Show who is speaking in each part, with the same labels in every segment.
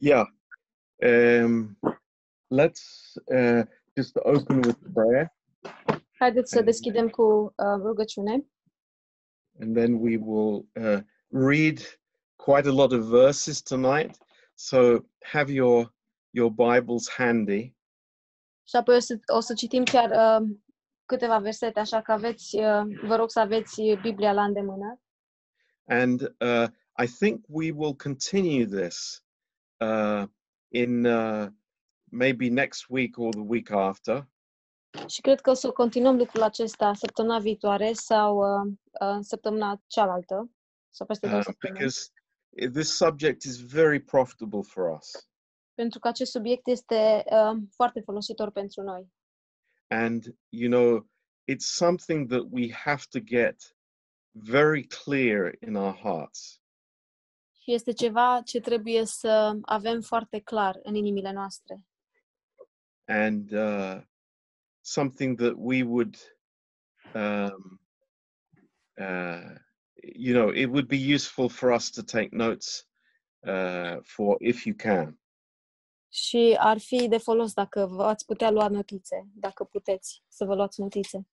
Speaker 1: Yeah. Um, let's uh, just open with prayer
Speaker 2: Haideți să deschidem cu uh, rugăciune
Speaker 1: and then we will uh, read quite a lot of verses tonight. So have your your Bibles handy.
Speaker 2: și apoi o să, o să citim chiar uh, câteva versete, așa că aveți, uh, vă rog să aveți Biblia la îndemână.
Speaker 1: And uh, I think we will continue this uh, in uh, maybe next week or the week after.
Speaker 2: Și cred că o să continuăm lucrul acesta săptămâna viitoare sau uh, uh, săptămâna cealaltă. Sau peste două
Speaker 1: uh,
Speaker 2: săptămâni.
Speaker 1: because i- this subject is very profitable for us.
Speaker 2: Pentru că acest subiect este uh, foarte folositor pentru noi.
Speaker 1: And, you know, it's something that we have to get very clear in our hearts.
Speaker 2: Și este ceva ce trebuie să avem foarte clar în inimile noastre.
Speaker 1: And uh, something that we would, um, uh, you know, it would be useful for us to take notes uh, for if you can.
Speaker 2: Și ar fi de folos dacă vă ați putea lua notițe, dacă puteți să vă luați notițe.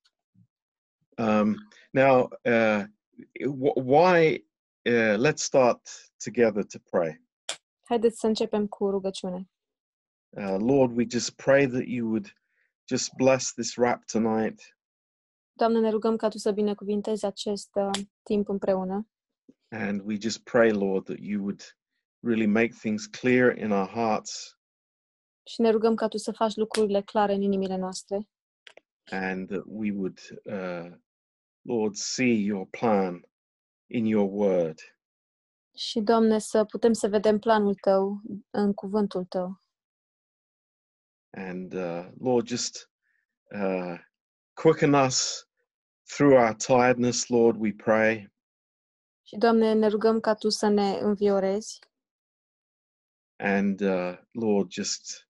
Speaker 1: Um, now, uh, wh- why? Uh, let's start together to pray.
Speaker 2: Haideți să începem cu rugăciune.
Speaker 1: Uh, Lord, we just pray that you would just bless this rap tonight.
Speaker 2: Doamne, ne rugăm ca Tu să binecuvintezi acest uh, timp împreună
Speaker 1: And we just pray, Lord, that you would really make things clear in our hearts
Speaker 2: și ne rugăm ca Tu să faci lucrurile clare în inimile noastre
Speaker 1: and that we would, uh, Lord, see your plan in your word.
Speaker 2: și, Doamne, să putem să vedem planul Tău în cuvântul Tău.
Speaker 1: And uh, Lord, just uh, quicken us through our tiredness, Lord, we pray.
Speaker 2: Și, Doamne, ne rugăm ca Tu să ne înviorezi
Speaker 1: and uh, Lord, just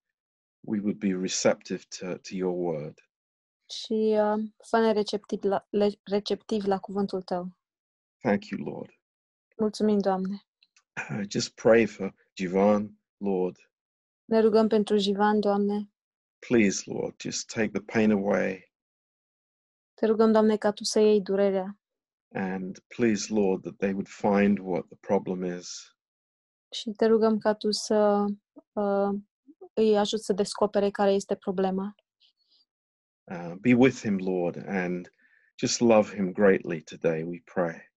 Speaker 1: we would be receptive to, to your word.
Speaker 2: și uh, fă-ne receptiv la, le- receptiv la cuvântul Tău.
Speaker 1: Thank you, Lord.
Speaker 2: Mulțumim, Doamne!
Speaker 1: Uh, just pray for Jivan, Lord.
Speaker 2: Ne rugăm pentru Jivan, Doamne.
Speaker 1: Please, Lord, just take the pain away.
Speaker 2: Te rugăm, Doamne, ca Tu să iei durerea
Speaker 1: And please, Lord, that they would find what the problem is.
Speaker 2: și te rugăm ca Tu să uh, îi ajut să descopere care este problema.
Speaker 1: Uh, be with him, Lord, and just love him greatly today, we pray.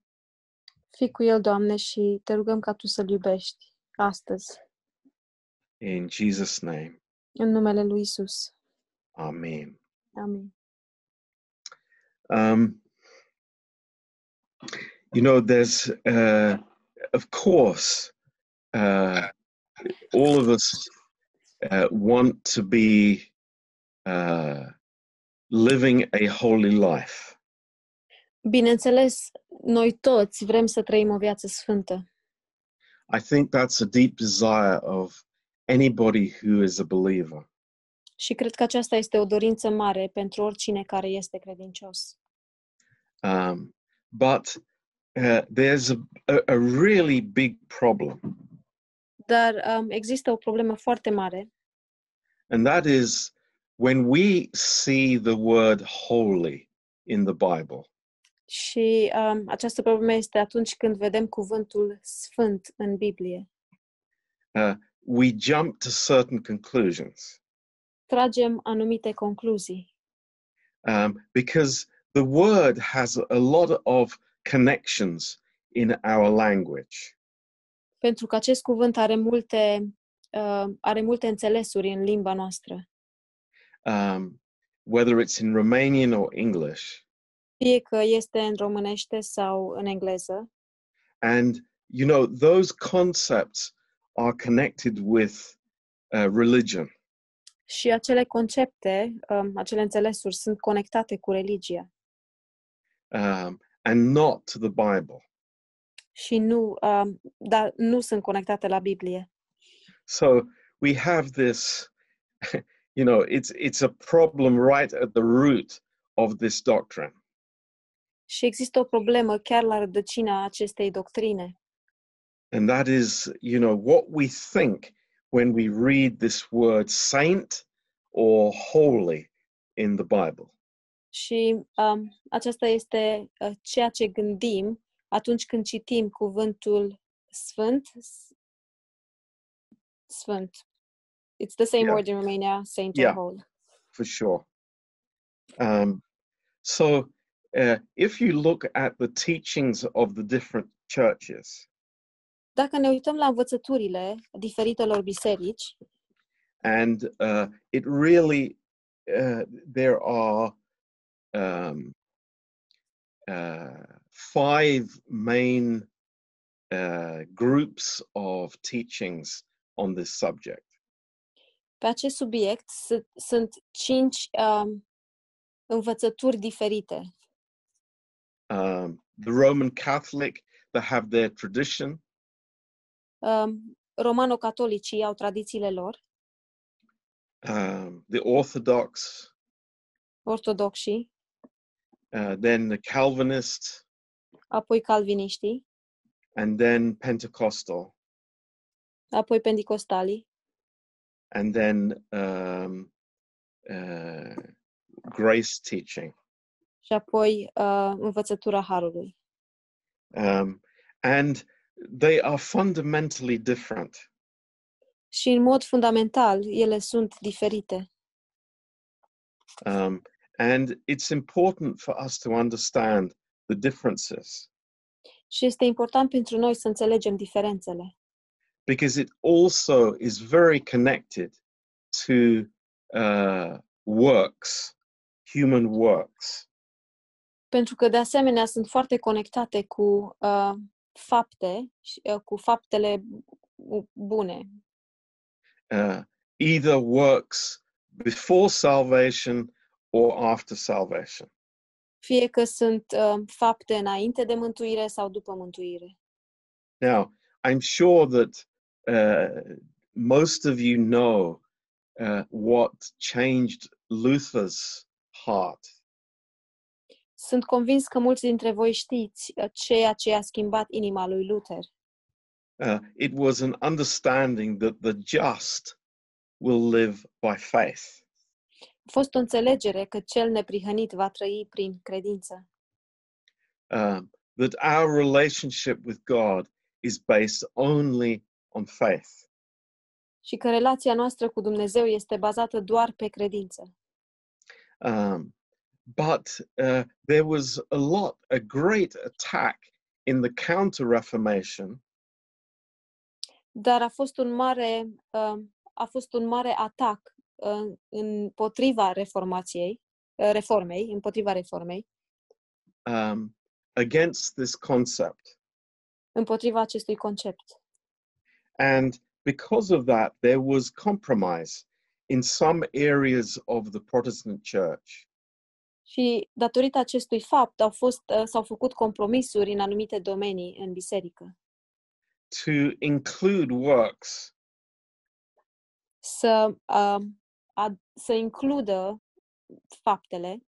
Speaker 2: Fii cu el, Doamne, și te rugăm ca Tu să-L iubești astăzi,
Speaker 1: In Jesus' name,
Speaker 2: în numele Lui Isus.
Speaker 1: Amen.
Speaker 2: Amin.
Speaker 1: Um, you know, there's, uh, of course, uh, all of us uh, want to be uh, living a holy life.
Speaker 2: Bineînțeles, noi toți vrem să trăim o viață sfântă.
Speaker 1: I think that's a deep desire of anybody who is a believer.
Speaker 2: Și cred că aceasta este o dorință mare pentru oricine care este credincios.
Speaker 1: Um, but uh, there's a, a, a really big problem,
Speaker 2: Dar um, există o problemă foarte mare
Speaker 1: and that is when we see the word holy in the Bible.
Speaker 2: și um, această problemă este atunci când vedem cuvântul sfânt în Biblie.
Speaker 1: we jump to certain conclusions
Speaker 2: Tragem anumite concluzii,
Speaker 1: um, because the word has a lot of connections in our language.
Speaker 2: pentru că acest cuvânt are multe, uh, are multe înțelesuri în limba noastră.
Speaker 1: Um, whether it's in Romanian or English,
Speaker 2: Fie că este în românește sau în engleză.
Speaker 1: and you know those concepts are connected with uh, religion,
Speaker 2: Și acele concepte, um, acele înțelesuri sunt conectate cu religia
Speaker 1: um, and not to the Bible.
Speaker 2: și nu, um, dar nu sunt conectate la Biblie.
Speaker 1: So we have this, you know, it's it's a problem right at the root of this doctrine.
Speaker 2: Și există o problemă chiar la rădăcina acestei doctrine.
Speaker 1: and that is you know what we think when we read this word saint or holy in the Bible.
Speaker 2: Și um, aceasta este uh, ceea ce gândim atunci când citim cuvântul sfânt. s- Sfânt. It's the same
Speaker 1: Yeah.
Speaker 2: word in Romania, saint
Speaker 1: Yeah.
Speaker 2: or holy.
Speaker 1: for sure. Um, so, uh, if you look at the teachings of the different churches,
Speaker 2: Dacă ne uităm la învățăturile diferitelor biserici,
Speaker 1: and uh, it really, uh, there are um, uh, five main uh, groups of teachings on this subject.
Speaker 2: pe acest subiect sunt, sunt cinci um, învățături diferite.
Speaker 1: Um, the Roman Catholic, they have their tradition.
Speaker 2: Um, romano-catolicii au tradițiile lor,
Speaker 1: Um, the Orthodox,
Speaker 2: ortodoxii,
Speaker 1: uh, then the Calvinist,
Speaker 2: apoi calviniștii,
Speaker 1: and then Pentecostal,
Speaker 2: apoi pentecostalii,
Speaker 1: and then um, uh, grace teaching.
Speaker 2: și apoi uh, învățătura harului.
Speaker 1: Um, and they are fundamentally different.
Speaker 2: Și în mod fundamental, ele sunt diferite.
Speaker 1: Um, and it's important for us to understand the differences
Speaker 2: Și este important pentru noi să înțelegem diferențele,
Speaker 1: because it also is very connected to uh, works, human works.
Speaker 2: pentru că, de asemenea, sunt foarte conectate cu uh, fapte, și, uh, cu faptele bu- bune,
Speaker 1: uh, either works before salvation or after salvation.
Speaker 2: fie că sunt uh, fapte înainte de mântuire sau după mântuire.
Speaker 1: Now, I'm sure that uh, most of you know uh, what changed Luther's heart.
Speaker 2: Sunt convins că mulți dintre voi știți uh, ceea ce a schimbat inima lui Luther.
Speaker 1: Uh, it was an understanding that the just will live by faith.
Speaker 2: A fost o înțelegere că cel neprihănit va trăi prin credință,
Speaker 1: Um, that our relationship with God is based only on faith.
Speaker 2: și că relația noastră cu Dumnezeu este bazată doar pe credință.
Speaker 1: Um, but uh, there was a lot, a great attack in the Counter Reformation
Speaker 2: Dar a fost un mare, uh, a fost un mare atac uh, împotriva reformației, uh, reformei, împotriva reformei,
Speaker 1: um, against this concept.
Speaker 2: împotriva acestui concept.
Speaker 1: And because of that, there was compromise in some areas of the Protestant church.
Speaker 2: Și datorită acestui fapt au fost, uh, s-au făcut compromisuri în anumite domenii în biserică.
Speaker 1: To include works
Speaker 2: Să, uh, ad, să includă faptele,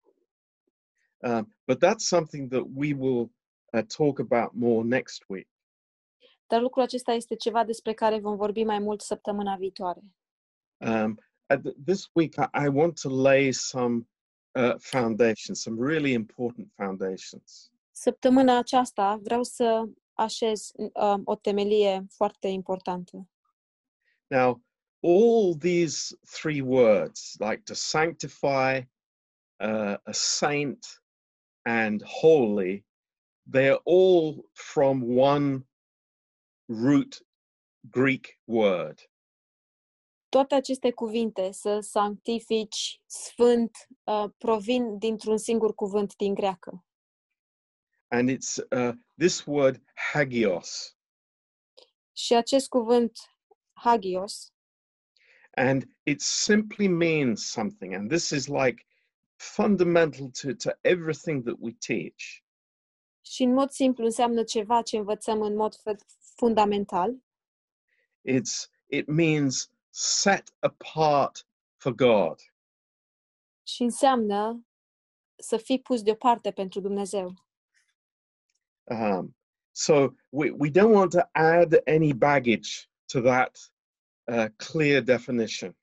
Speaker 1: Um, but that's something that we will uh, talk about more next week.
Speaker 2: dar lucrul acesta este ceva despre care vom vorbi mai mult săptămâna viitoare.
Speaker 1: um, at th- this week I, I want to lay some uh, foundations, some really important foundations.
Speaker 2: Săptămâna aceasta vreau să așez uh, o temelie foarte importantă.
Speaker 1: Now, all these three words, like to sanctify, uh, a saint, and holy, they are all from one root Greek word.
Speaker 2: Toate aceste cuvinte, să sanctifici, sfânt, uh, provin dintr-un singur cuvânt din greacă.
Speaker 1: And it's uh, this word, hagios.
Speaker 2: Și acest cuvânt, hagios,
Speaker 1: and it simply means something and this is like fundamental to, to everything that we teach
Speaker 2: Și în mod simplu înseamnă ceva ce învățăm în mod f- fundamental.
Speaker 1: it's it means set apart for god
Speaker 2: Și înseamnă să fii pus deoparte pentru Dumnezeu.
Speaker 1: um, so we, we don't want to add any baggage to that a clear definition.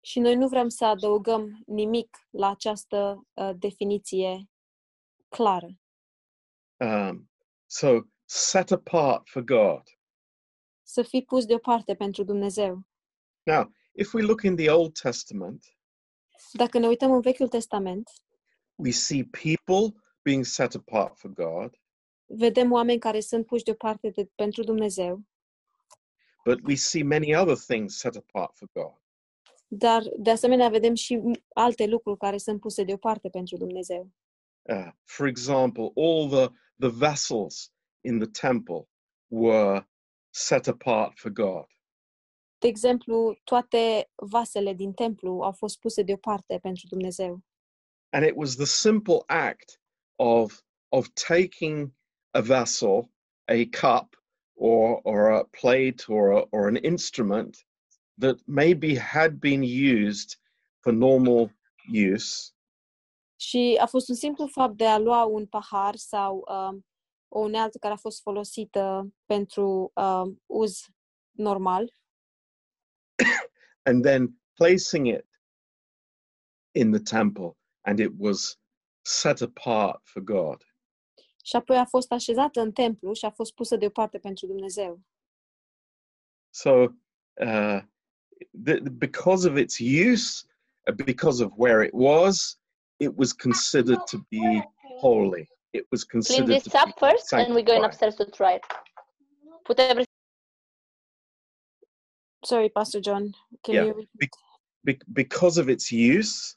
Speaker 2: Și noi nu vrem să adăugăm nimic la această uh, definiție clară.
Speaker 1: Um, so set apart for God.
Speaker 2: Să fii pus deoparte pentru Dumnezeu.
Speaker 1: Now, if we look in the Old Testament,
Speaker 2: Dacă ne uităm în Vechiul Testament,
Speaker 1: we see people being set apart for God,
Speaker 2: vedem oameni care sunt puși deoparte de, pentru Dumnezeu,
Speaker 1: but we see many other things set apart for God.
Speaker 2: dar de asemenea vedem și alte lucruri care sunt puse deoparte pentru Dumnezeu.
Speaker 1: Uh, for example, all the, the vessels in the temple were set apart for God.
Speaker 2: De exemplu, toate vasele din templu au fost puse deoparte pentru Dumnezeu.
Speaker 1: And it was the simple act of, of taking a vessel, a cup, or, or a plate, or, a, or an instrument that maybe had been used for normal use
Speaker 2: Și a fost un simplu fapt de a lua un pahar sau um, o unealtă care a fost folosită pentru um, uz normal
Speaker 1: and then placing it in the temple, and it was set apart for God.
Speaker 2: și apoi a fost așezată în templu și a fost pusă deoparte pentru Dumnezeu.
Speaker 1: So, uh, th- because of its use, uh, because of where it was, it was considered to be holy. It was
Speaker 3: Clean
Speaker 1: considered to
Speaker 3: this up
Speaker 1: be
Speaker 3: first and we're going
Speaker 1: sanctified.
Speaker 3: upstairs to try it. Put everything
Speaker 2: Sorry, Pastor John. Can
Speaker 1: Yeah.
Speaker 2: you...
Speaker 1: Be- because of its use,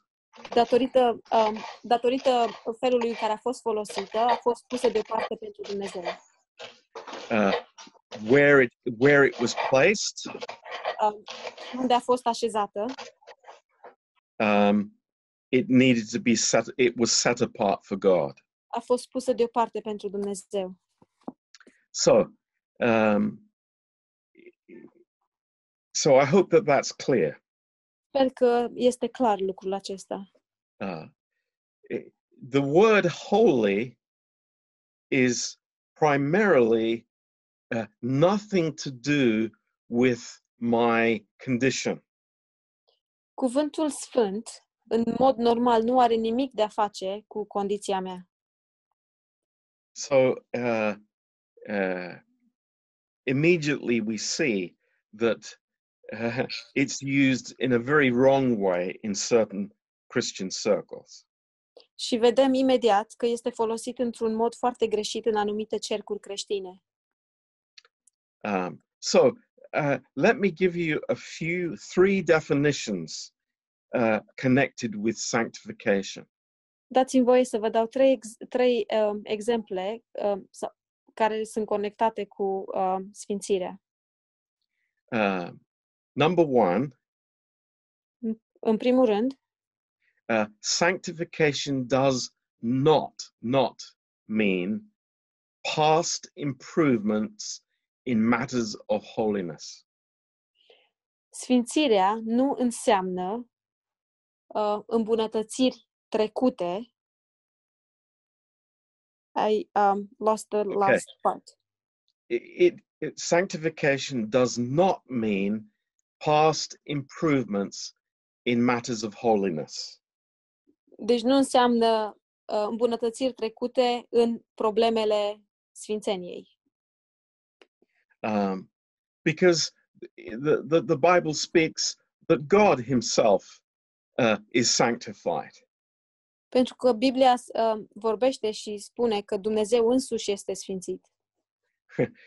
Speaker 2: datorită, um, datorită felului în care a fost folosită, a fost pusă deoparte pentru Dumnezeu.
Speaker 1: uh, where it where it was placed,
Speaker 2: Um, unde a fost așezată,
Speaker 1: um, it needed to be set. It was set apart for God.
Speaker 2: a fost pusă deoparte pentru Dumnezeu.
Speaker 1: So, um, so I hope that that's clear.
Speaker 2: Sper că este clar lucrul acesta.
Speaker 1: Uh, it- the word holy is primarily uh, nothing to do with my condition.
Speaker 2: Cuvântul sfânt, în mod normal, nu are nimic de a face cu condiția mea.
Speaker 1: So, uh, uh, immediately we see that uh, it's used in a very wrong way in certain Christian circles.
Speaker 2: Și vedem imediat că este folosit într-un mod foarte greșit în anumite cercuri creștine.
Speaker 1: Um, so uh, let me give you a few, three definitions uh, connected with sanctification.
Speaker 2: Dați-mi voie să vă dau trei, ex- trei um, exemple um, sau- care sunt conectate cu um, sfințirea.
Speaker 1: Uh, number one,
Speaker 2: În primul rând,
Speaker 1: uh, sanctification does not, not mean past improvements in matters of holiness.
Speaker 2: sfințirea nu înseamnă uh, îmbunătățiri trecute. I um, lost the last part.
Speaker 1: It, it, it, sanctification does not mean past improvements in matters of holiness.
Speaker 2: Deci nu înseamnă uh, îmbunătățiri trecute în problemele sfințeniei.
Speaker 1: um, because the, the, the Bible speaks that God Himself uh, is sanctified.
Speaker 2: Pentru că Biblia uh, vorbește și spune că Dumnezeu însuși este sfințit.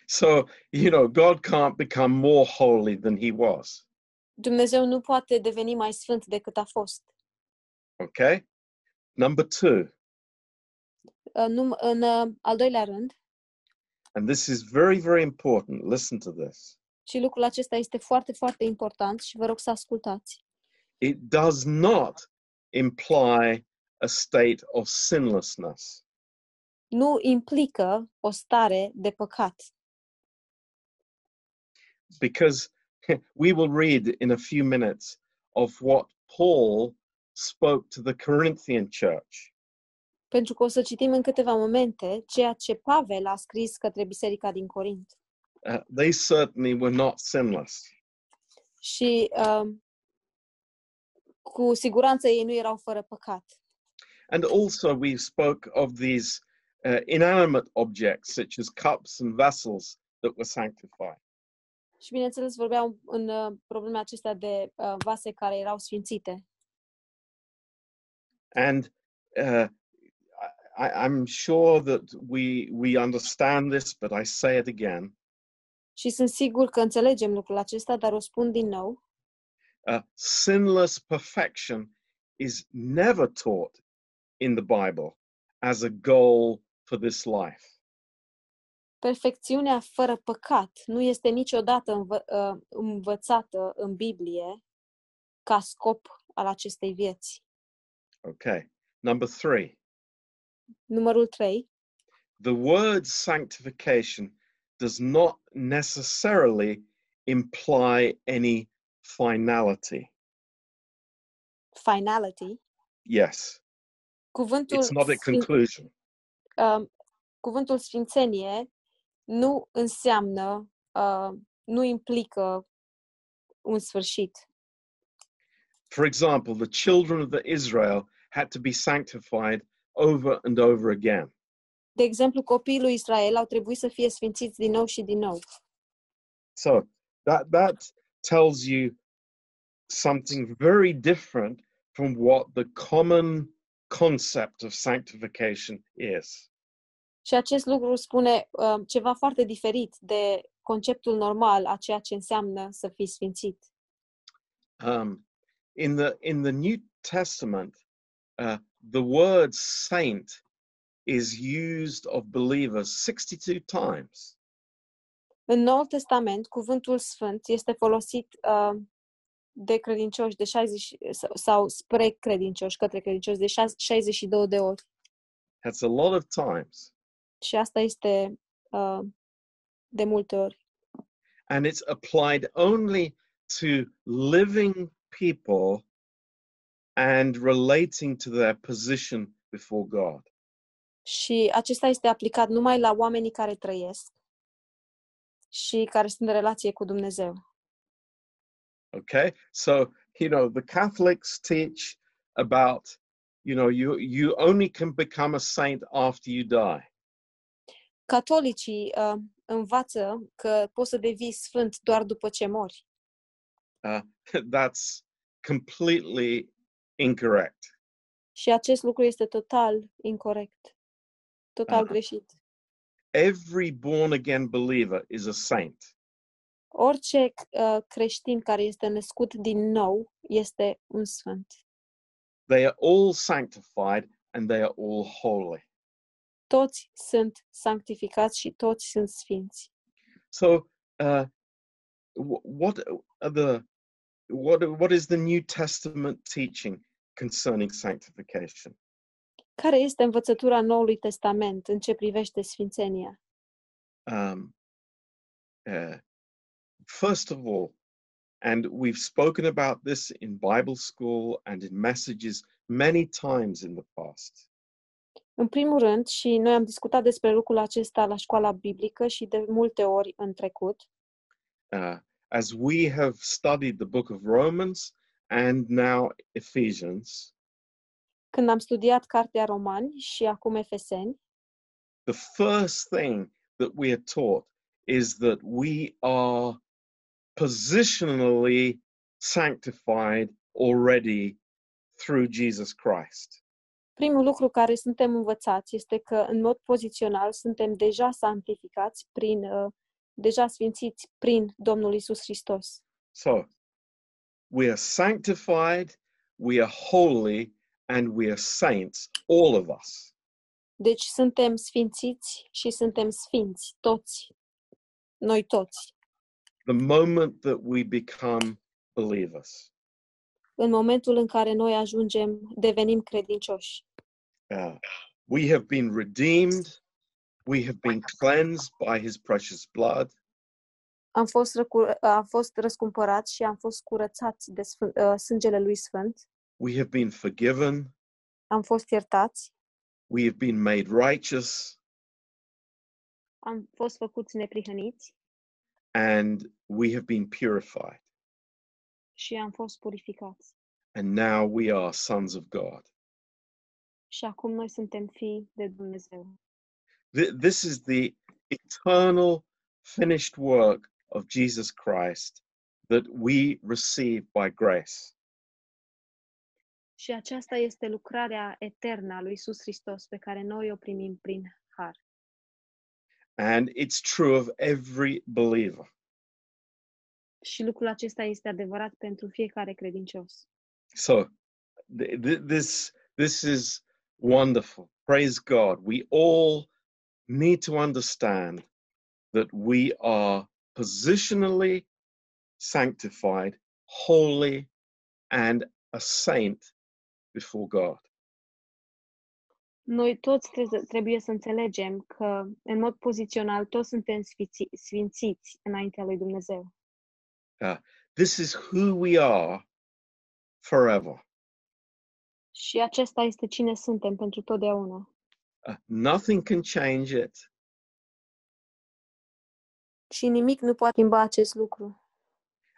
Speaker 1: So, you know, God can't become more holy than He was.
Speaker 2: Dumnezeu nu poate deveni mai sfânt decât a fost.
Speaker 1: Okay? Number two,
Speaker 2: Uh, num- în uh, al doilea rând,
Speaker 1: and this is very, very important. Listen to this
Speaker 2: și lucrul acesta este foarte, foarte important și vă rog să ascultați.
Speaker 1: it does not imply a state of sinlessness.
Speaker 2: nu implică o stare de păcat.
Speaker 1: because we will read in a few minutes of what Paul spoke to the Corinthian church.
Speaker 2: Pentru că o să citim în câteva momente ceea ce Pavel a scris către Biserica din Corint.
Speaker 1: Uh, they certainly were not sinless.
Speaker 2: și um, cu siguranță ei nu erau fără păcat.
Speaker 1: And also, we spoke of these uh, inanimate objects, such as cups and vessels, that were sanctified.
Speaker 2: Și bineînțeles vorbeam în uh, problema acestea de uh, vase care erau sfințite.
Speaker 1: And uh, I, I'm sure that we, we understand this, but I say it again.
Speaker 2: Și sunt sigur că înțelegem lucrul acesta, dar o spun din nou.
Speaker 1: uh, sinless perfection is never taught in the Bible as a goal for this life.
Speaker 2: Perfecțiunea fără păcat nu este niciodată învă- uh, învățată în Biblie ca scop al acestei vieți.
Speaker 1: Okay. Number three,
Speaker 2: Numărul 3.
Speaker 1: the word sanctification does not necessarily imply any finality.
Speaker 2: Finality.
Speaker 1: Yes,
Speaker 2: Cuvântul,
Speaker 1: it's not a
Speaker 2: sfin-
Speaker 1: conclusion.
Speaker 2: uh, cuvântul sfințenie nu înseamnă, uh, nu implică un sfârșit.
Speaker 1: For example, the children of the Israel had to be sanctified over and over again.
Speaker 2: De exemplu, copiii lui Israel au trebuit să fie sfințiți din nou și din nou.
Speaker 1: So that that tells you something very different from what the common concept of sanctification is.
Speaker 2: Și acest lucru spune uh, ceva foarte diferit de conceptul normal a ceea ce înseamnă să fii sfințit.
Speaker 1: Um, in the in the New Testament, uh, the word saint is used of believers 62 times.
Speaker 2: În Noul Testament, cuvântul sfânt este folosit uh, de credincioși de 60 sau- sau spre credincioși, către credincioși de 6 62 de ori.
Speaker 1: That's a lot of times,
Speaker 2: Și asta este uh, de multe ori.
Speaker 1: and it's applied only to living people and relating to their position before God.
Speaker 2: Și acesta este aplicat numai la oamenii care trăiesc și care sunt în relație cu Dumnezeu.
Speaker 1: okay so you know the catholics teach about you know you you only can become a saint after you die
Speaker 2: Catolicii uh, învață că poți să devii sfânt doar după ce mori.
Speaker 1: that's completely incorrect
Speaker 2: Și acest lucru este total incorrect, total
Speaker 1: Aha.
Speaker 2: greșit.
Speaker 1: every born again believer is a saint
Speaker 2: Orice uh, creștin care este născut din nou este un sfânt.
Speaker 1: they are all sanctified and they are all holy
Speaker 2: Toți sunt sanctificați și toți sunt sfinți.
Speaker 1: so uh wh- what are the what what is the new testament teaching concerning sanctification
Speaker 2: Care este învățătura Noului Testament în ce privește sfințenia?
Speaker 1: um, uh, first of all, and we've spoken about this in Bible school and in messages many times in the past.
Speaker 2: În primul rând, și noi am discutat despre lucrul acesta la școala biblică și de multe ori în trecut,
Speaker 1: Uh, as we have studied the book of Romans and now Ephesians,
Speaker 2: când am studiat cartea Romani și acum Efeseni,
Speaker 1: the first thing that we are taught is that we are positionally sanctified already through Jesus Christ.
Speaker 2: primul lucru care suntem învățați este că în mod pozițional suntem deja sanctificați prin uh, deja sfințiți prin Domnul Isus Hristos.
Speaker 1: So, we are sanctified, we are holy, and we are saints, all of us.
Speaker 2: Deci suntem sfințiți și suntem sfinți toți. Noi toți.
Speaker 1: The moment that we become believers.
Speaker 2: În momentul în care noi ajungem, devenim credincioși.
Speaker 1: Uh, we have been redeemed, we have been cleansed by his precious blood,
Speaker 2: Am fost, răcur- am fost răscumpărați și am fost curățați de sfânt, uh, sângele lui Sfânt.
Speaker 1: we have been forgiven,
Speaker 2: Am fost iertați.
Speaker 1: we have been made righteous,
Speaker 2: Am fost făcuți neprihăniți.
Speaker 1: and we have been purified.
Speaker 2: și am fost purificați.
Speaker 1: and now we are sons of God.
Speaker 2: Și acum noi suntem fii de Dumnezeu.
Speaker 1: Th- This is the eternal finished work of Jesus Christ that we receive by grace.
Speaker 2: Și aceasta este lucrarea eternă a lui Iisus Hristos pe care noi o primim prin har.
Speaker 1: And it's true of every believer.
Speaker 2: Și lucrul acesta este adevărat pentru fiecare credincios.
Speaker 1: So th- th- this this is wonderful. Praise God. We all need to understand that we are positionally sanctified, holy and a saint before God.
Speaker 2: Noi toți tre- trebuie să înțelegem că, în mod pozițional, toți suntem sfiți- sfințiți înaintea lui Dumnezeu.
Speaker 1: This is who we are forever.
Speaker 2: Și acesta este cine suntem pentru totdeauna.
Speaker 1: Uh, nothing can change it.
Speaker 2: Și nimic nu poate schimba acest lucru.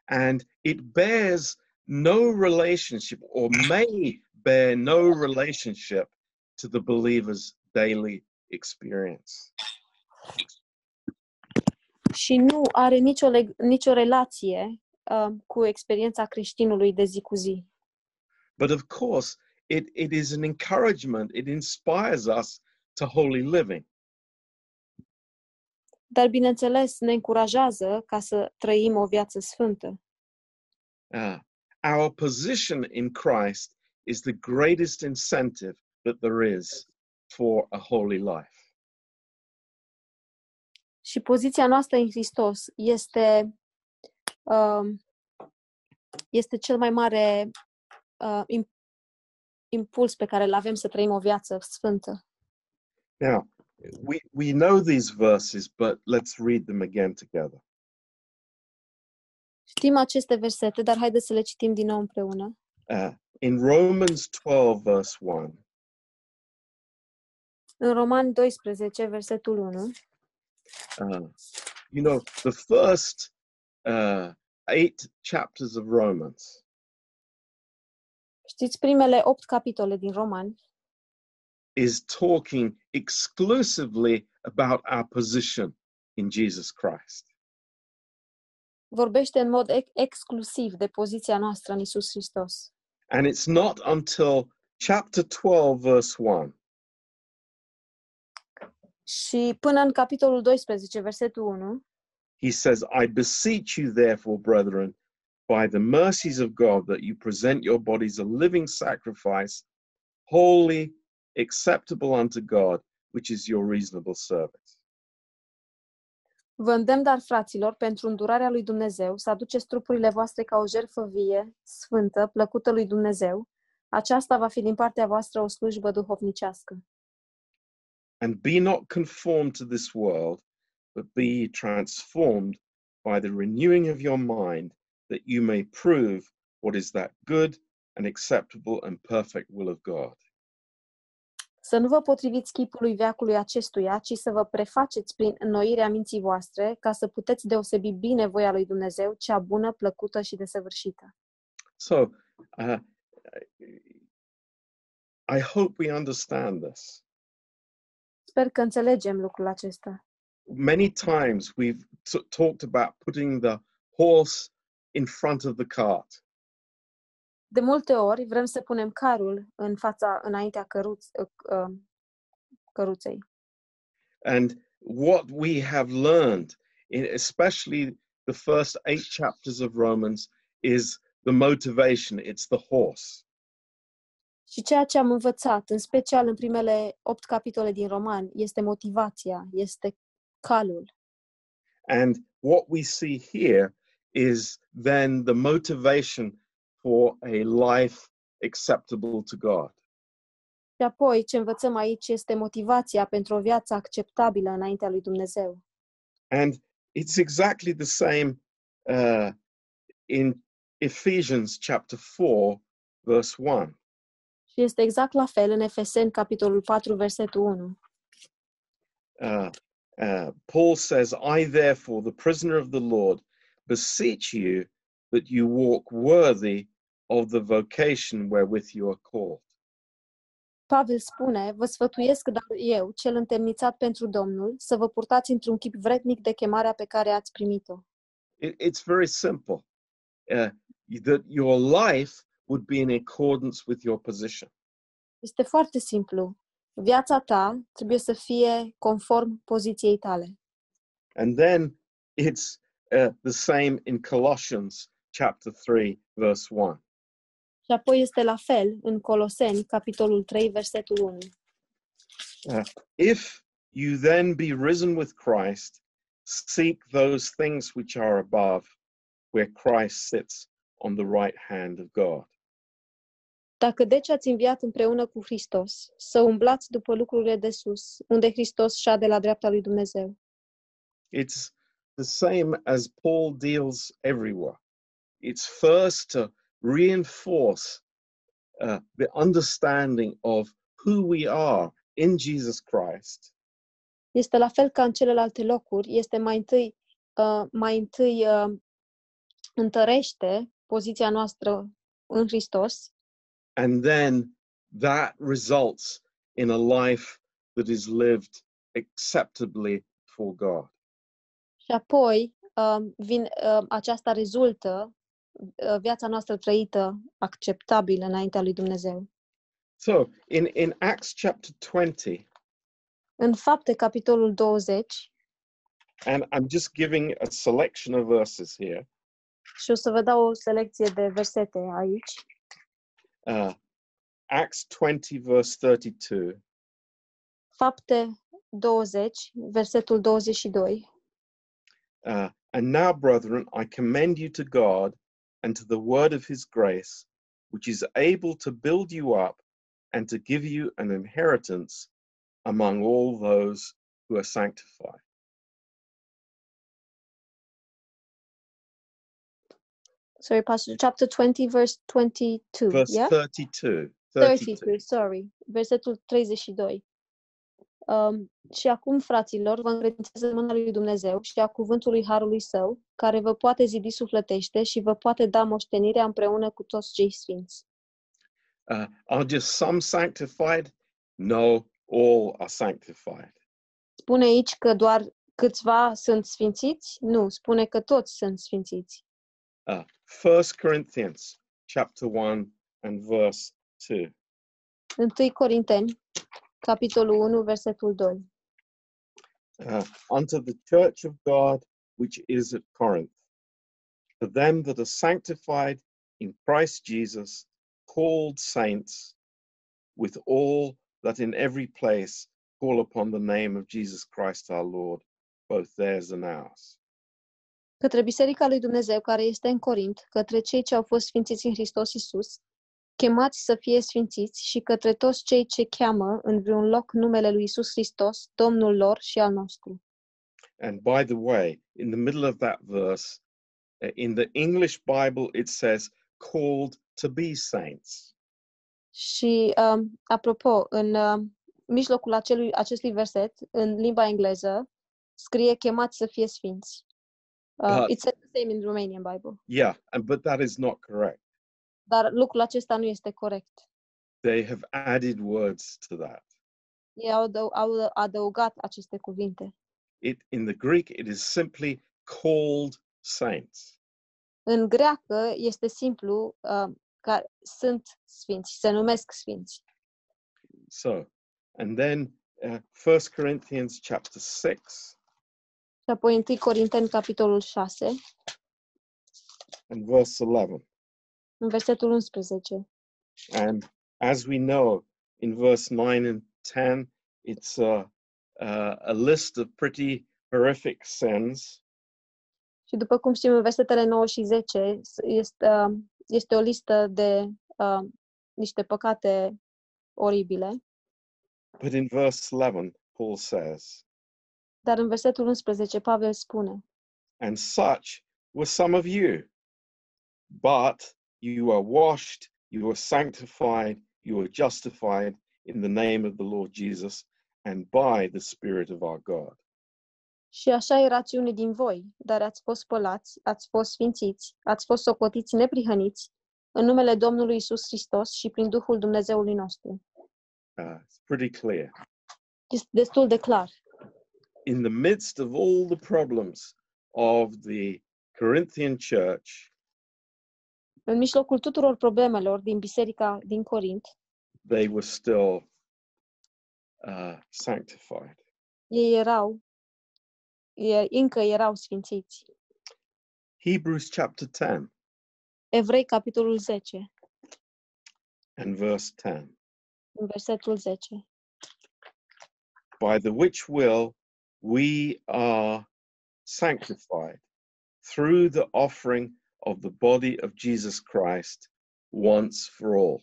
Speaker 1: and it bears no relationship or may bear no relationship to the believer's daily experience.
Speaker 2: Și nu are nicio, leg- nicio relație uh, cu experiența creștinului de zi cu zi.
Speaker 1: But of course, it, it is an encouragement, it inspires us to holy living.
Speaker 2: Dar, bineînțeles, ne încurajează ca să trăim o viață sfântă.
Speaker 1: Uh, our position in Christ is the greatest incentive that there is for a holy life.
Speaker 2: Și poziția noastră în Hristos este, um, este cel mai mare uh, im- impuls pe care îl avem să trăim o viață sfântă.
Speaker 1: Now, we, we know these verses, but let's read them again together.
Speaker 2: Știm aceste versete, dar haideți să le citim din nou împreună.
Speaker 1: Uh, in Romans 12, verse 1,
Speaker 2: În Roman 12, versetul 1,
Speaker 1: uh, you know, the first uh, eight chapters of Romans
Speaker 2: știți primele opt capitole din Roman
Speaker 1: is talking exclusively about our position in Jesus Christ.
Speaker 2: vorbește în mod ex- exclusiv de poziția noastră în Isus Hristos.
Speaker 1: And it's not until chapter 12, verse 1,
Speaker 2: Și până în capitolul 12, versetul 1,
Speaker 1: he says, I beseech you, therefore, brethren, by the mercies of God, that you present your bodies a living sacrifice, holy, acceptable unto God, which is your reasonable service.
Speaker 2: Vă îndemn, dar, fraților, pentru îndurarea lui Dumnezeu, să aduceți trupurile voastre ca o jertfă vie, sfântă, plăcută lui Dumnezeu. Aceasta va fi din partea voastră o slujbă duhovnicească.
Speaker 1: And be not conformed to this world, but be ye transformed by the renewing of your mind, that you may prove what is that good and acceptable and perfect will of God.
Speaker 2: Să nu vă potriviți chipului veacului acestuia, ci să vă prefaceți prin înnoirea minții voastre, ca să puteți deosebi bine voia lui Dumnezeu, cea bună, plăcută și desăvârșită.
Speaker 1: So, uh, I hope we understand this.
Speaker 2: Sper că înțelegem lucrul acesta.
Speaker 1: Many times we've t- talked about putting the horse in front of the cart.
Speaker 2: De multe ori vrem să punem carul în fața, înaintea căruț, uh, uh, căruței.
Speaker 1: And what we have learned, in especially the first eight chapters of Romans, is the motivation. It's the horse.
Speaker 2: Și ceea ce am învățat, în special în primele opt capitole din roman, este motivația, este calul.
Speaker 1: And what we see here is then the motivation for a life acceptable to God.
Speaker 2: Și apoi, ce învățăm aici este motivația pentru o viață acceptabilă înaintea lui Dumnezeu.
Speaker 1: And it's exactly the same uh, in Ephesians chapter 4, verse 1.
Speaker 2: Și este exact la fel în Efeseni, capitolul 4, versetul 1.
Speaker 1: uh, uh, Paul says, I therefore, the prisoner of the Lord, beseech you that you walk worthy of the vocation wherewith you are called.
Speaker 2: Pavel spune, vă sfătuiesc, dar eu, cel întemnițat pentru Domnul, să vă purtați într-un chip vrednic de chemarea pe care ați primit-o.
Speaker 1: It, it's very simple uh, that your life would be in accordance with your position.
Speaker 2: Este foarte simplu. Viața ta trebuie să fie conform poziției tale.
Speaker 1: And then it's uh, the same in Colossians chapter 3, verse 1.
Speaker 2: Și apoi este la fel în Coloseni, capitolul 3, versetul 1.
Speaker 1: If you then be risen with Christ, seek those things which are above, where Christ sits on the right hand of God.
Speaker 2: Dacă deci ați înviat împreună cu Hristos, să umblați după lucrurile de sus, unde Hristos șade la dreapta lui Dumnezeu.
Speaker 1: It's the same as Paul deals everywhere. It's first to reinforce uh, the understanding of who we are in Jesus Christ,
Speaker 2: Este la fel ca în celelalte locuri, este mai întâi, uh, mai întâi uh, întărește poziția noastră în Hristos
Speaker 1: and then that results in a life that is lived acceptably for God.
Speaker 2: și apoi uh, vin, uh, aceasta rezultă uh, viața noastră trăită acceptabilă înaintea lui Dumnezeu.
Speaker 1: So in, in Acts chapter 20,
Speaker 2: În fapte, capitolul 20,
Speaker 1: and I'm just giving a selection of verses here.
Speaker 2: și o să vă dau o selecție de versete aici,
Speaker 1: Uh, Acts 20, verse 32.
Speaker 2: fapte 20, versetul 22.
Speaker 1: Uh, and now, brethren, I commend you to God and to the word of his grace, which is able to build you up and to give you an inheritance among all those who are sanctified.
Speaker 2: Sorry, Pastor. Chapter 20, verse 22.
Speaker 1: Verse
Speaker 2: yeah?
Speaker 1: 32.
Speaker 2: 32. sorry. Versetul 32. Um, și acum, fraților, vă încredințez în mâna lui Dumnezeu și a cuvântului Harului Său, care vă poate zidi sufletește și vă poate da moștenirea împreună cu toți cei sfinți.
Speaker 1: Uh, are just some sanctified? No, all are sanctified.
Speaker 2: Spune aici că doar câțiva sunt sfințiți? Nu, spune că toți sunt sfințiți.
Speaker 1: Uh, 1 Corinthians chapter 1 and verse 2.
Speaker 2: 1 Corinteni, capitolul 1, versetul 2.
Speaker 1: uh, unto the church of God which is at Corinth, to them that are sanctified in Christ Jesus, called saints, with all that in every place call upon the name of Jesus Christ our Lord, both theirs and ours.
Speaker 2: către Biserica lui Dumnezeu care este în Corint, către cei ce au fost sfințiți în Hristos Isus, chemați să fie sfințiți și către toți cei ce cheamă în vreun loc numele lui Isus Hristos, Domnul lor și al nostru.
Speaker 1: And by the way, in the middle of that verse, uh, in the English Bible, it says, called to be saints.
Speaker 2: Și, um, apropo, în um, mijlocul acelui, acestui verset, în limba engleză, scrie chemați să fie sfinți. Uh,
Speaker 1: Da.
Speaker 2: It's the same in Romanian Bible.
Speaker 1: Yeah, and, but that is not correct.
Speaker 2: Dar lucrul acesta nu este corect.
Speaker 1: They have added words to that.
Speaker 2: Ei au, adău- au adăugat aceste cuvinte.
Speaker 1: it in the greek it is simply called saints
Speaker 2: În greacă este simplu uh, că sunt sfinți, se numesc sfinți.
Speaker 1: so and then uh, 1 corinthians chapter 6
Speaker 2: Și apoi 1 Corinteni, capitolul 6,
Speaker 1: and verse 11
Speaker 2: în versetul 11.
Speaker 1: and as we know in verse 9 and 10 it's a, uh, a list of pretty horrific sins
Speaker 2: Și după cum știm, în versetele 9 și 10 s- este, uh, este o listă de uh, niște păcate oribile,
Speaker 1: but in verse 11 paul says
Speaker 2: dar în versetul 11 Pavel spune,
Speaker 1: and such were some of you. But you are washed, you are sanctified, you are justified in the name of the Lord Jesus and by the Spirit of our God.
Speaker 2: Și așa erați unii din voi, dar ați fost spălați, ați fost sfințiți, ați fost socotiți neprihăniți în numele Domnului Isus Hristos și prin Duhul Dumnezeului nostru.
Speaker 1: Uh, it's pretty clear.
Speaker 2: Este destul de clar.
Speaker 1: In the midst of all the problems of the Corinthian church,
Speaker 2: În mijlocul tuturor problemelor din biserica din Corint,
Speaker 1: they were still uh, sanctified.
Speaker 2: ei erau, ei încă erau sfințiți.
Speaker 1: Hebrews chapter 10
Speaker 2: Evrei, capitolul 10,
Speaker 1: and verse 10.
Speaker 2: în versetul 10.
Speaker 1: by the which will we are sanctified through the offering of the body of Jesus Christ once for all.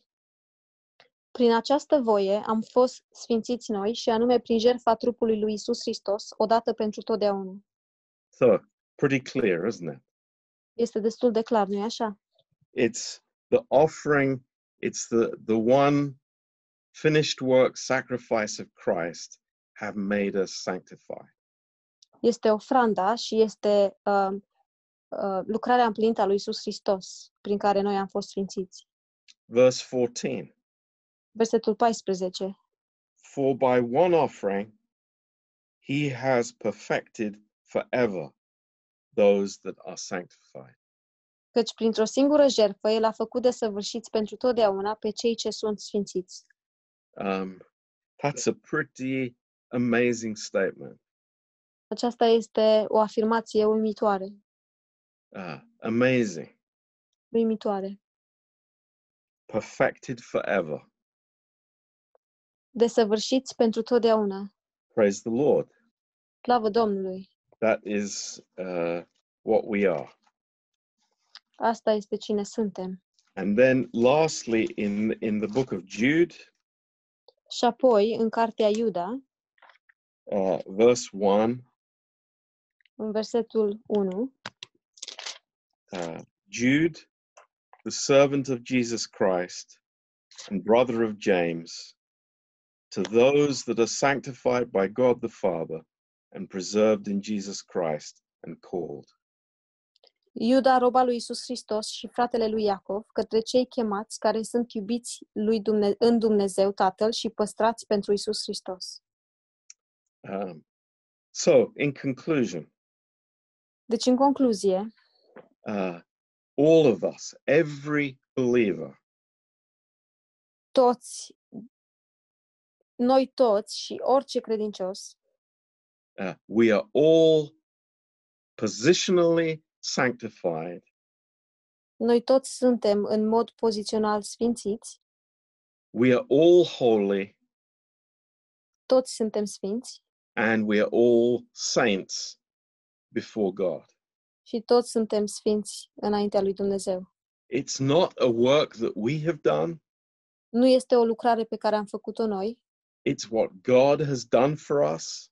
Speaker 2: Prin această voie am fost sfințiți noi și anume prin jertfa trupului lui Isus Hristos, odată pentru totdeauna.
Speaker 1: So, pretty clear, isn't it?
Speaker 2: Este destul de clar, nu-i așa?
Speaker 1: It's the offering, it's the, the one finished work sacrifice of Christ have made us sanctified.
Speaker 2: Este ofranda și este uh, uh, lucrarea împlinită a lui Isus Hristos, prin care noi am fost sfințiți.
Speaker 1: Verse 14
Speaker 2: Versetul 14.
Speaker 1: For by one offering he has perfected forever those that are sanctified.
Speaker 2: Căci printr-o singură jertfă El a făcut de săvârșiți pentru totdeauna pe cei ce sunt sfințiți.
Speaker 1: Um, that's a pretty amazing statement.
Speaker 2: Aceasta este o afirmație uimitoare.
Speaker 1: Uh, amazing.
Speaker 2: Uimitoare.
Speaker 1: Perfected forever.
Speaker 2: De săvârșiți pentru totdeauna.
Speaker 1: Praise the Lord.
Speaker 2: Slavă Domnului!
Speaker 1: That is uh, what we are.
Speaker 2: Asta este cine suntem.
Speaker 1: And then, lastly, in in the book of Jude,
Speaker 2: Și apoi, în cartea Iuda,
Speaker 1: uh, verse one,
Speaker 2: în versetul 1,
Speaker 1: uh, Jude, the servant of Jesus Christ and brother of James, to those that are sanctified by God the Father and preserved in Jesus Christ and called.
Speaker 2: Iuda, roba lui Isus Hristos și fratele lui Iacov, către cei chemați care sunt iubiți lui Dumne- în Dumnezeu Tatăl și păstrați pentru Isus Hristos.
Speaker 1: Um, so, in conclusion,
Speaker 2: Deci, în concluzie,
Speaker 1: uh, all of us, every believer,
Speaker 2: toți, noi toți și orice credincios,
Speaker 1: uh, we are all positionally sanctified
Speaker 2: noi toți suntem în mod pozițional sfințiți,
Speaker 1: we are all holy
Speaker 2: toți suntem sfinți
Speaker 1: and we are all saints before God.
Speaker 2: și toți suntem sfinți înaintea lui Dumnezeu.
Speaker 1: It's not a work that we have done,
Speaker 2: Nu este o lucrare pe care am făcut-o noi,
Speaker 1: it's what God has done for us.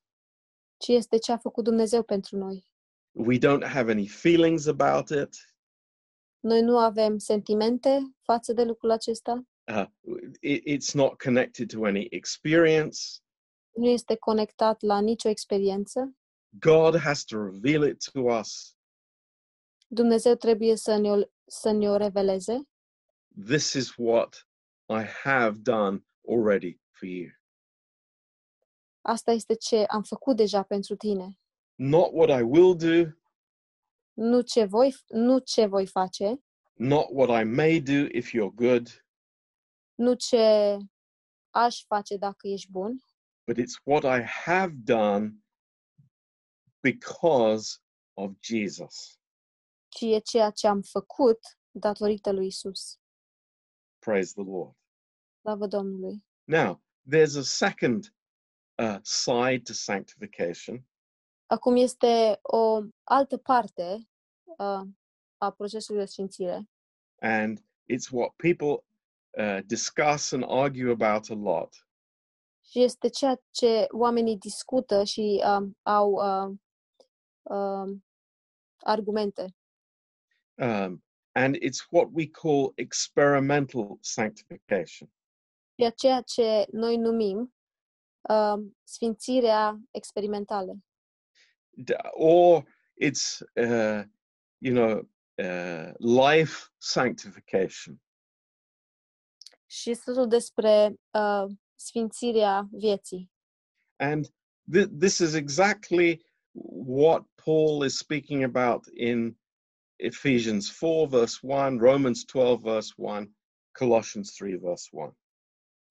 Speaker 2: ci este ce a făcut Dumnezeu pentru noi.
Speaker 1: We don't have any feelings about it.
Speaker 2: Noi nu avem sentimente față de lucrul acesta,
Speaker 1: Uh, it it's not connected to any experience.
Speaker 2: nu este conectat la nicio experiență.
Speaker 1: God has to reveal it to us.
Speaker 2: Dumnezeu trebuie să ne-o, să ne-o reveleze.
Speaker 1: This is what I have done already for you.
Speaker 2: Asta este ce am făcut deja pentru tine.
Speaker 1: Not what I will do,
Speaker 2: Nu ce voi, nu ce voi face,
Speaker 1: not what I may do if you're good,
Speaker 2: nu ce aș face dacă ești bun,
Speaker 1: but it's what I have done because of Jesus.
Speaker 2: ci e ceea ce am făcut datorită lui Isus.
Speaker 1: Praise the Lord.
Speaker 2: Slavă Domnului!
Speaker 1: Now, there's a second uh, side to sanctification,
Speaker 2: Acum este o altă parte uh, a procesului de sfințire
Speaker 1: and it's what people uh, discuss and argue about a lot.
Speaker 2: și este ceea ce oamenii discută și um, au uh, um, argumente.
Speaker 1: Um, and it's what we call experimental sanctification.
Speaker 2: E ceea ce noi numim uh, sfințirea experimentală.
Speaker 1: d- or it's uh, you know uh, life sanctification.
Speaker 2: și studiul despre uh, sfințirea vieții.
Speaker 1: And th- this is exactly what Paul is speaking about in Ephesians 4, verse 1, Romans 12, verse 1, Colossians 3, verse 1.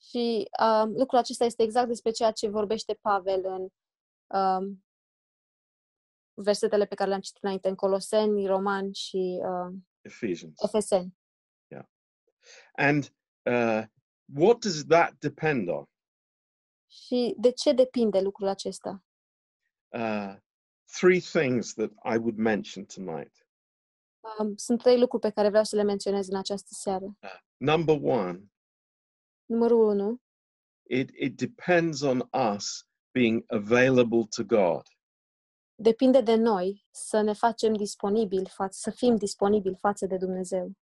Speaker 2: Și um, lucrul acesta este exact despre ceea ce vorbește Pavel în um, versetele pe care le-am citit înainte, în Coloseni, Romani și uh,
Speaker 1: Ephesians.
Speaker 2: Efeseni.
Speaker 1: And uh, what does that depend on?
Speaker 2: Și de ce depinde lucrul acesta?
Speaker 1: Uh, three things that I would mention tonight.
Speaker 2: Um, sunt trei lucruri pe care vreau să le menționez în această seară.
Speaker 1: Number one,
Speaker 2: Numărul 1,
Speaker 1: it, it depends on us being available to God.
Speaker 2: depinde de noi să ne facem disponibili, fa- să fim disponibili față de Dumnezeu.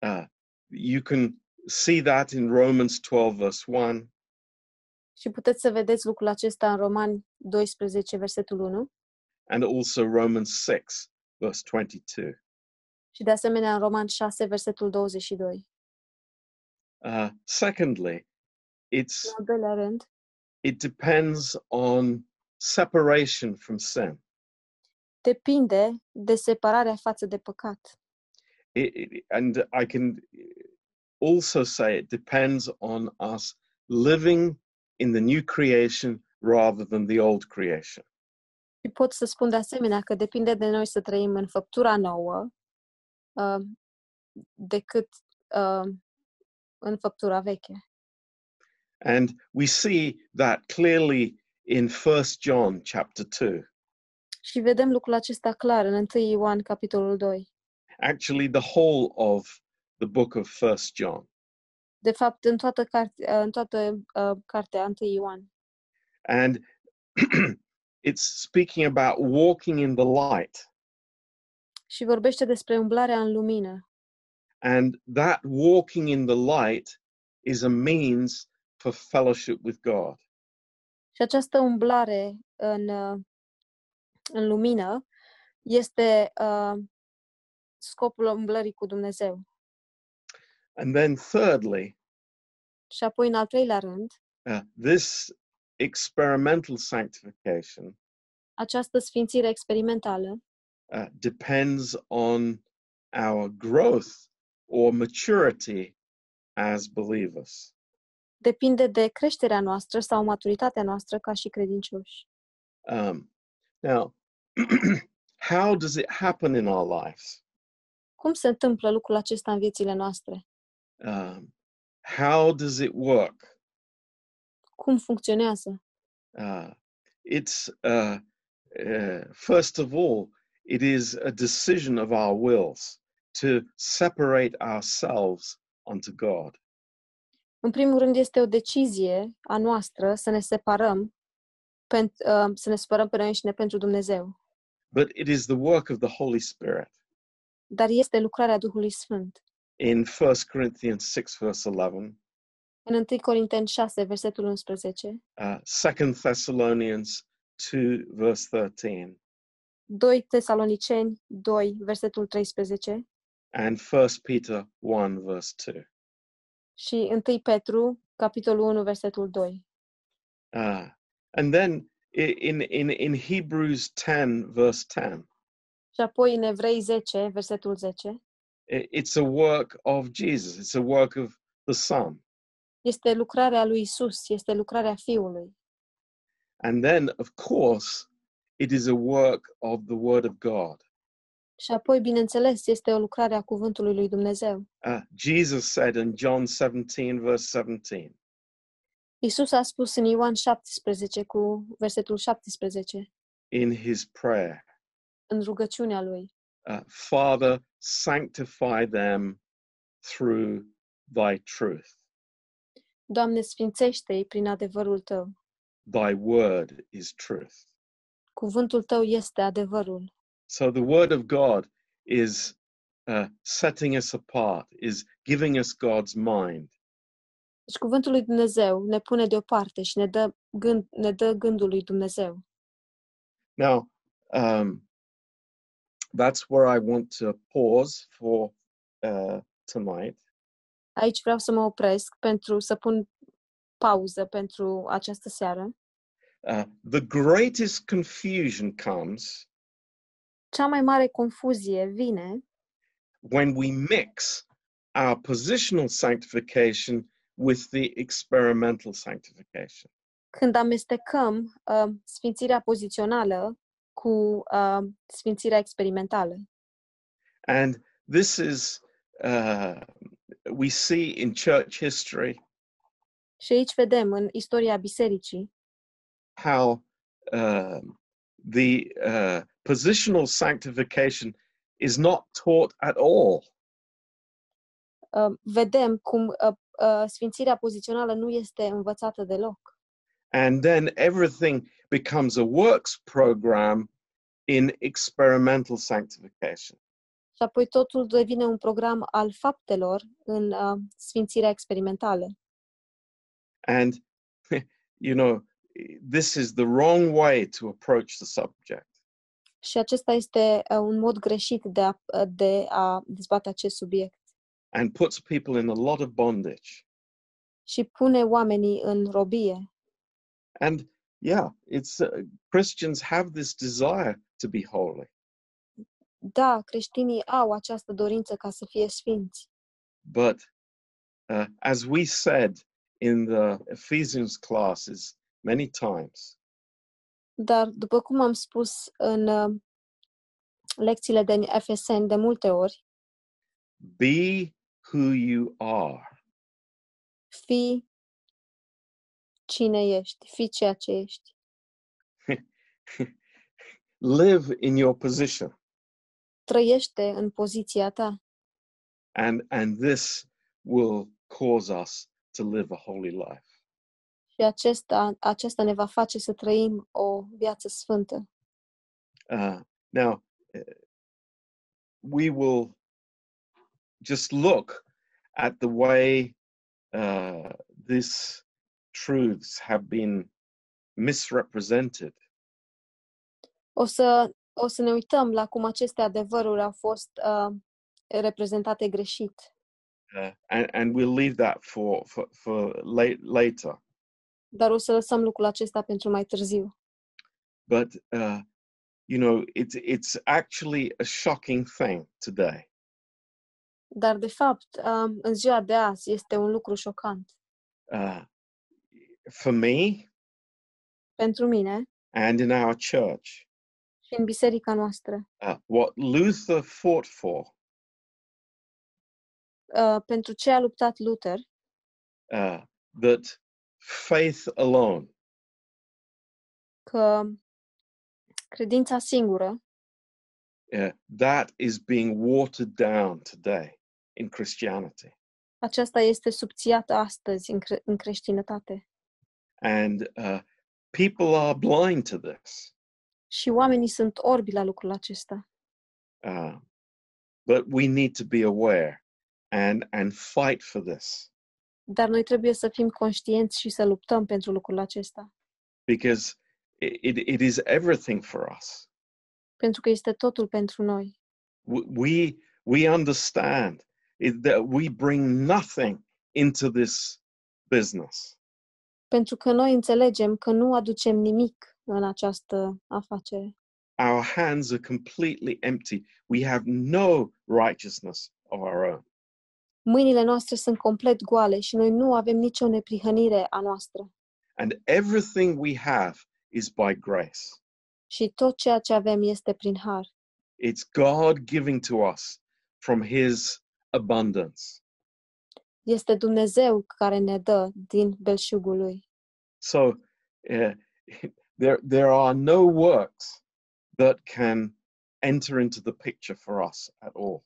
Speaker 1: Uh, you can see that in Romans 12, verse 1.
Speaker 2: Și puteți să vedeți lucrul acesta în Roman 12, versetul 1
Speaker 1: and also Romans 6, verse 22.
Speaker 2: și de asemenea în Roman 6, versetul 22.
Speaker 1: Uh, secondly,
Speaker 2: În
Speaker 1: it's
Speaker 2: al doilea rând,
Speaker 1: it depends on separation from sin.
Speaker 2: depinde de separarea față de păcat.
Speaker 1: It- it- and I can also say it depends on us living in the new creation rather than the old creation.
Speaker 2: Și pot să spun de asemenea că depinde de noi să trăim în făptura nouă uh, decât uh, în făptura veche.
Speaker 1: And we see that clearly in 1 John chapter 2.
Speaker 2: Și vedem lucrul acesta clar în 1 Ioan, capitolul 2.
Speaker 1: Actually, the whole of the book of 1 John.
Speaker 2: De fapt, în toată, carte, în toată uh, cartea 1 Ioan.
Speaker 1: and it's speaking about walking in the light
Speaker 2: Și vorbește despre umblarea în lumină.
Speaker 1: and that walking in the light is a means for fellowship with god
Speaker 2: Și această umblare în, uh, în lumină este uh, scopul umblării cu Dumnezeu.
Speaker 1: and then thirdly
Speaker 2: Și apoi, în al treilea rând,
Speaker 1: uh, this experimental sanctification
Speaker 2: această sfințire experimentală
Speaker 1: uh, depends on our growth or maturity as believers
Speaker 2: depinde de creșterea noastră sau maturitatea noastră ca și credincioși.
Speaker 1: um, now how does it happen in our lives
Speaker 2: Cum se întâmplă lucrul acesta în viețile noastre?
Speaker 1: um, how does it work
Speaker 2: Cum funcționează?
Speaker 1: Uh, it's uh, uh, first of all, it is a decision of our wills to separate ourselves unto God.
Speaker 2: În primul rând, este o decizie a noastră să ne separăm, pent, uh, să ne separăm pe noi înșine pentru Dumnezeu.
Speaker 1: But it is the work of the Holy Spirit.
Speaker 2: Dar este lucrarea Duhului Sfânt.
Speaker 1: In 1 Corinthians 6, verse 11,
Speaker 2: În 1 Corinteni 6, versetul 11,
Speaker 1: uh, 2 Thessalonians 2, verse 13,
Speaker 2: 2 Tesaloniceni 2, versetul 13
Speaker 1: and 1 Peter 1, verse 2.
Speaker 2: și 1 Petru, capitolul 1, versetul 2.
Speaker 1: Uh, and then i- in, in, in Hebrews 10, verse 10,
Speaker 2: Și apoi în Evrei 10, versetul 10,
Speaker 1: I- it's a work of Jesus. It's a work of the Son.
Speaker 2: este lucrarea lui Isus, este lucrarea Fiului.
Speaker 1: And then, of course, it is a work of the Word of God.
Speaker 2: Și apoi, bineînțeles, este o lucrare a Cuvântului lui Dumnezeu.
Speaker 1: Uh, Jesus said in John 17, verse 17,
Speaker 2: Isus a spus în Ioan 17, cu versetul 17,
Speaker 1: in his prayer,
Speaker 2: în rugăciunea lui,
Speaker 1: uh, Father, sanctify them through thy truth.
Speaker 2: Doamne, sfințește-i prin adevărul Tău.
Speaker 1: Thy word is truth.
Speaker 2: Cuvântul Tău este adevărul.
Speaker 1: So the Word of God is uh, setting us apart, is giving us God's mind.
Speaker 2: Deci cuvântul lui Dumnezeu ne pune deoparte și ne dă, gând, ne dă gândul lui Dumnezeu.
Speaker 1: Now, um, that's where I want to pause for uh, tonight.
Speaker 2: Aici vreau să mă opresc pentru să pun pauză pentru această seară.
Speaker 1: Uh, the greatest confusion comes
Speaker 2: Cea mai mare confuzie vine
Speaker 1: when we mix our positional sanctification with the experimental sanctification.
Speaker 2: când amestecăm uh, sfințirea pozițională cu uh, sfințirea experimentală.
Speaker 1: And this is, uh, we see in church history
Speaker 2: Și aici vedem în istoria bisericii
Speaker 1: how um, the uh, positional sanctification is not taught at all.
Speaker 2: uh, vedem cum uh, uh, sfințirea pozițională nu este învățată deloc.
Speaker 1: And then everything becomes a works program in experimental sanctification.
Speaker 2: Și apoi totul devine un program al faptelor în uh, sfințirea experimentală.
Speaker 1: And, you know, this is the wrong way to approach the subject.
Speaker 2: Și acesta este uh, un mod greșit de a, uh, de a dezbate acest subiect
Speaker 1: and puts people in a lot of bondage.
Speaker 2: și pune oamenii în robie.
Speaker 1: And yeah, it's uh, Christians have this desire to be holy,
Speaker 2: Da, creștinii au această dorință ca să fie sfinți,
Speaker 1: but uh, as we said in the Ephesians classes many times,
Speaker 2: dar după cum am spus în uh, lecțiile de FSN de multe ori,
Speaker 1: be who you are.
Speaker 2: fii cine ești, fii ceea ce ești,
Speaker 1: Live in your position,
Speaker 2: trăiește în poziția ta
Speaker 1: and and this will cause us to live a holy life.
Speaker 2: și acesta, acesta ne va face să trăim o viață sfântă.
Speaker 1: Uh, now, uh, we will just look at the way uh, these truths have been misrepresented.
Speaker 2: O să, o să ne uităm la cum aceste adevăruri au fost uh, reprezentate greșit
Speaker 1: Uh, and, and we'll leave that for, for, for late, later.
Speaker 2: dar o să lăsăm lucrul acesta pentru mai târziu.
Speaker 1: But, uh, you know, it's, it's actually a shocking thing today.
Speaker 2: Dar, de fapt, um, în ziua de azi este un lucru șocant
Speaker 1: Uh, for me
Speaker 2: pentru mine
Speaker 1: and in our church,
Speaker 2: și în biserica noastră.
Speaker 1: uh, what Luther fought for
Speaker 2: Uh, pentru ce a luptat Luther,
Speaker 1: uh, that faith alone
Speaker 2: că credința singură,
Speaker 1: uh, that is being watered down today in christianity
Speaker 2: aceasta este subțiată astăzi în, cre- în creștinătate.
Speaker 1: and uh, people are blind to this
Speaker 2: Și oamenii sunt orbi la lucrul acesta.
Speaker 1: uh, but we need to be aware and and fight for this
Speaker 2: Dar noi trebuie să fim conștienți și să luptăm pentru lucrul acesta.
Speaker 1: because it, it, it is everything for us
Speaker 2: Pentru că este totul pentru noi.
Speaker 1: W- we we understand it, that we bring nothing into this business
Speaker 2: Pentru că noi înțelegem că nu aducem nimic în această afacere.
Speaker 1: our hands are completely empty. We have no righteousness of our own.
Speaker 2: Mâinile noastre sunt complet goale și noi nu avem nicio neprihănire a noastră.
Speaker 1: And everything we have is by grace.
Speaker 2: Și tot ceea ce avem este prin har.
Speaker 1: It's God giving to us from His abundance.
Speaker 2: Este Dumnezeu care ne dă din belșugul lui.
Speaker 1: So uh, there, there are no works that can enter into the picture for us at all.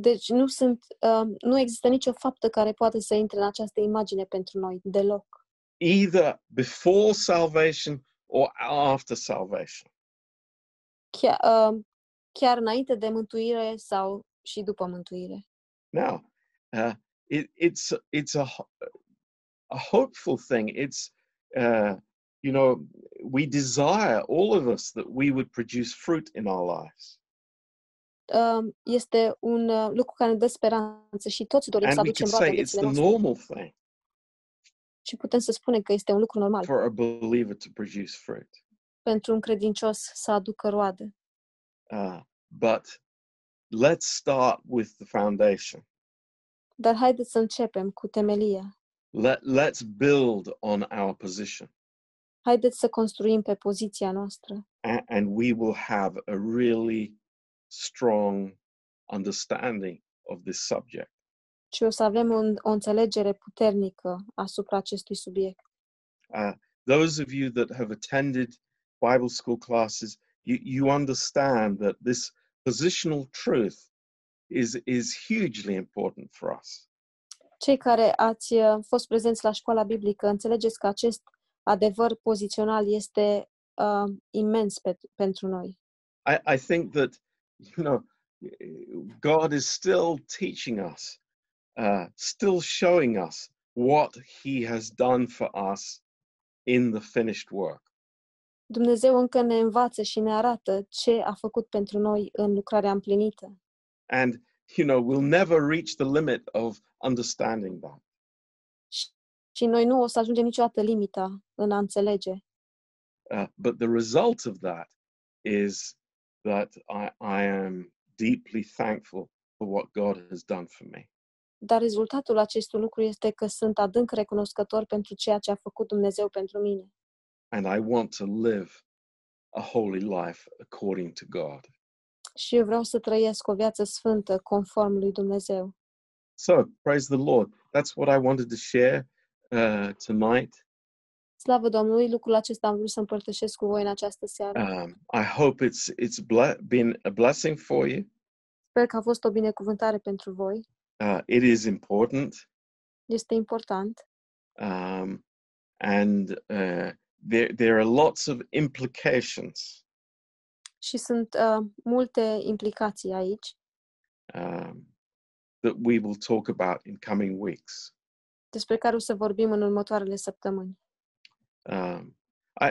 Speaker 2: Deci nu, sunt, uh, nu există nicio faptă care poate să intre în această imagine pentru noi, deloc.
Speaker 1: Either before salvation or after salvation.
Speaker 2: Chiar, uh, chiar înainte de mântuire sau și după mântuire.
Speaker 1: Now, uh, it, it's it's a ho- a hopeful thing. It's uh, you know, we desire, all of us, that we would produce fruit in our lives.
Speaker 2: Um, Este un uh, lucru care ne dă speranță și toți dorim să
Speaker 1: And we can
Speaker 2: aducem roade
Speaker 1: say
Speaker 2: în
Speaker 1: it's
Speaker 2: viețile
Speaker 1: the
Speaker 2: noastre.
Speaker 1: normal thing
Speaker 2: Și putem să spunem că este un lucru normal
Speaker 1: for a believer to produce fruit.
Speaker 2: pentru un credincios să aducă roade.
Speaker 1: Uh, but let's start with the foundation.
Speaker 2: Dar haideți să începem cu temelia.
Speaker 1: Let, let's build on our position,
Speaker 2: Haideți să construim pe poziția noastră
Speaker 1: and, and we will have a really strong understanding of this subject.
Speaker 2: și o să avem un, o înțelegere puternică asupra acestui subiect.
Speaker 1: Uh, those of you that have attended Bible school classes, you, you understand that this positional truth is, is hugely important for us.
Speaker 2: Cei care ați uh, fost prezenți la școala biblică, înțelegeți că acest adevăr pozițional este uh, imens pe, pentru noi.
Speaker 1: I, I think that you know God is still teaching us, uh, still showing us what He has done for us in the finished work.
Speaker 2: Dumnezeu încă ne învață și ne arată ce a făcut pentru noi în lucrarea împlinită.
Speaker 1: And you know we'll never reach the limit of understanding that.
Speaker 2: Și noi nu o să ajungem niciodată limita în a înțelege.
Speaker 1: Uh, but the result of that is that I, I am deeply thankful for what God has done for me.
Speaker 2: Dar rezultatul acestui lucru este că sunt adânc recunoscător pentru ceea ce a făcut Dumnezeu pentru mine.
Speaker 1: And I want to live a holy life according to God.
Speaker 2: Și eu vreau să trăiesc o viață sfântă conform lui Dumnezeu.
Speaker 1: So, praise the Lord. That's what I wanted to share uh, tonight.
Speaker 2: Slavă Domnului, lucrul acesta am vrut să împărtășesc cu voi în această seară.
Speaker 1: Um, I hope it's it's ble- been a blessing for you.
Speaker 2: Sper că a fost o binecuvântare pentru voi.
Speaker 1: Uh, it is important,
Speaker 2: Este important
Speaker 1: um, and uh, there there are lots of implications.
Speaker 2: și sunt uh, multe implicații aici
Speaker 1: Um, that we will talk about in coming weeks.
Speaker 2: despre care o să vorbim în următoarele săptămâni.
Speaker 1: Um,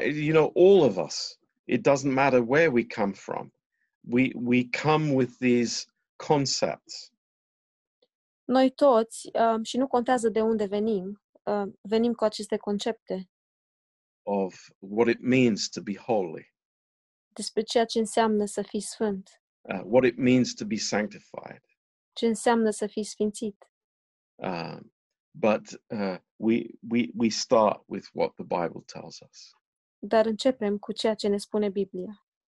Speaker 1: I, you know, all of us. It doesn't matter where we come from. We we come with these concepts.
Speaker 2: Noi toți, uh, și nu contează de unde venim, uh, venim cu aceste concepte
Speaker 1: of what it means to be holy,
Speaker 2: despre ceea ce înseamnă să fii sfânt.
Speaker 1: uh, what it means to be sanctified.
Speaker 2: ce înseamnă să fii sfințit.
Speaker 1: Um, but uh, we we we start with what the Bible tells us.
Speaker 2: Dar începem cu ceea ce ne spune Biblia.